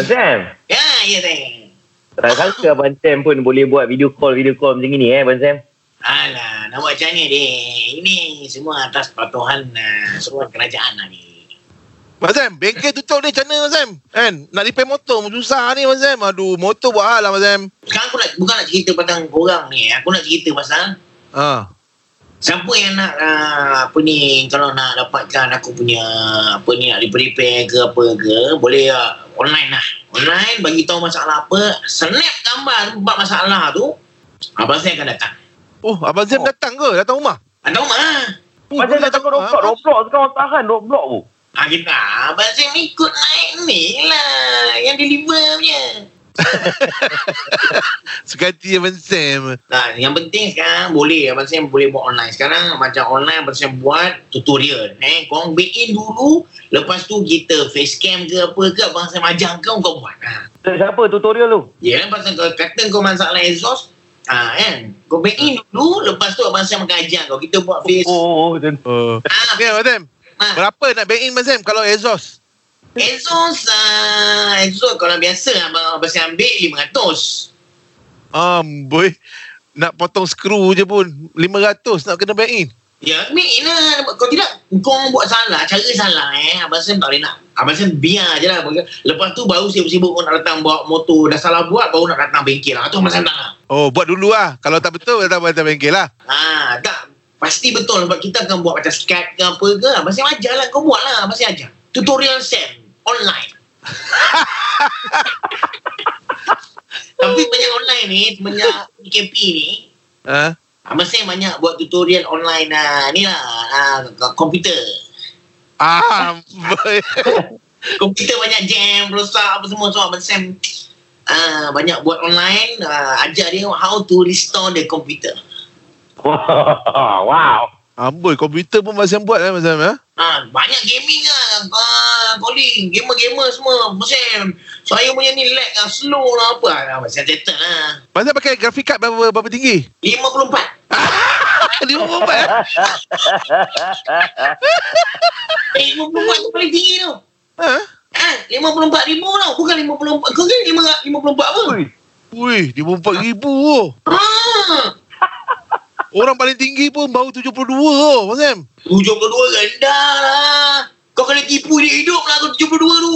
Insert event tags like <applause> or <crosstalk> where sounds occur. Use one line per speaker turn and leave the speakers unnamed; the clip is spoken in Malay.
Azam,
Ya, ya sayang.
rasa Abang Sam pun boleh buat video call, video call macam ni eh Abang Sam?
Alah, nak buat macam ni dek. Ini semua atas patuhan uh, surat kerajaan lah ni.
Mak Sam, bengkel tutup ni macam mana Mak Sam? Kan? Nak repair motor pun susah ni Mak Sam. Aduh, motor buat hal lah Mak Sam.
Sekarang aku nak, bukan nak cerita pasal korang ni. eh. Aku nak cerita pasal
Ha.
siapa yang nak uh, apa ni kalau nak dapatkan aku punya apa ni nak repair ke apa ke boleh uh, online lah. Online bagi tahu masalah apa, snap gambar bab masalah tu. Abang saya akan datang.
Oh, Abang Sam
Oh.
datang ke? Datang rumah?
Datang rumah lah.
Oh,
Abang Sam
boleh
dah takut
rumah.
Roblox, Roblox sekarang orang tahan Roblox pun.
Ah, kita, ah, Abang Sam ikut naik ni lah. Yang deliver punya.
Sekati Abang Sam.
Nah, yang penting sekarang boleh Abang Sam boleh buat online. Sekarang macam online Abang Sam buat tutorial. Eh, korang bake in dulu. Lepas tu kita facecam ke apa ke Abang Sam ajar kau kau buat. Ha.
Siapa tutorial tu?
Ya, Abang Sam kalau kata kau masalah exhaust. Ha, kan? Kau bake in dulu. Lepas tu Abang Sam akan ajar kau. Kita buat face.
Oh,
Oh.
oh, oh macam tu.
Oh.
Ha,
Okay, Abang Sam.
Ha.
Berapa nak bank in Abang Sam kalau exhaust?
exhaust. Ha, exhaust kalau biasa Abang, Abang Sam ambil RM500.
Um, boy. Nak potong skru je pun. RM500 nak kena bank in.
Ya, ambil in lah. Kau tidak, kau buat salah, cara salah eh. Abang Sam tak boleh nak. Abang Sam biar je lah. Lepas tu baru sibuk-sibuk kau nak datang bawa motor. Dah salah buat, baru nak datang bengkel lah. Tu Abang Sam tak nak.
Oh, buat dulu lah. Kalau tak betul, datang datang bengkel lah.
Ha, tak. Pasti betul sebab kita akan buat macam Skype ke apa ke. Abang Sam ajar lah. Kau buat lah. Abang Sam ajar. Tutorial Sam. <laughs> Online. Tapi banyak online ni, banyak PKP ni,
Ha?
Abang Sam banyak buat tutorial online lah. Ni lah, ah, komputer.
Ah, boy.
komputer banyak jam, rosak apa semua so Abang Sam uh, banyak buat online uh, ajar dia how to restore the computer.
<laughs> wow.
Amboi, komputer pun Abang Sam buat eh, Abang Sam. Ha?
Ah, banyak gaming lah ah, calling gamer-gamer semua Abang Sam saya punya ni lag lah slow lah apa lah Abang Sam settle lah
Abang Sam pakai grafik card berapa, berapa tinggi?
54
RM54 eh?
eh 54 tu paling tinggi tu
Ha?
Ah, 54 ribu tau bukan 54 kau kira 5 54 apa
Ui,
Wih, RM54,000 oh.
ah,
Orang paling tinggi pun baru 72 oh, Abang Sam.
72 rendah lah kau kena tipu dia hidup lah kau 72 tu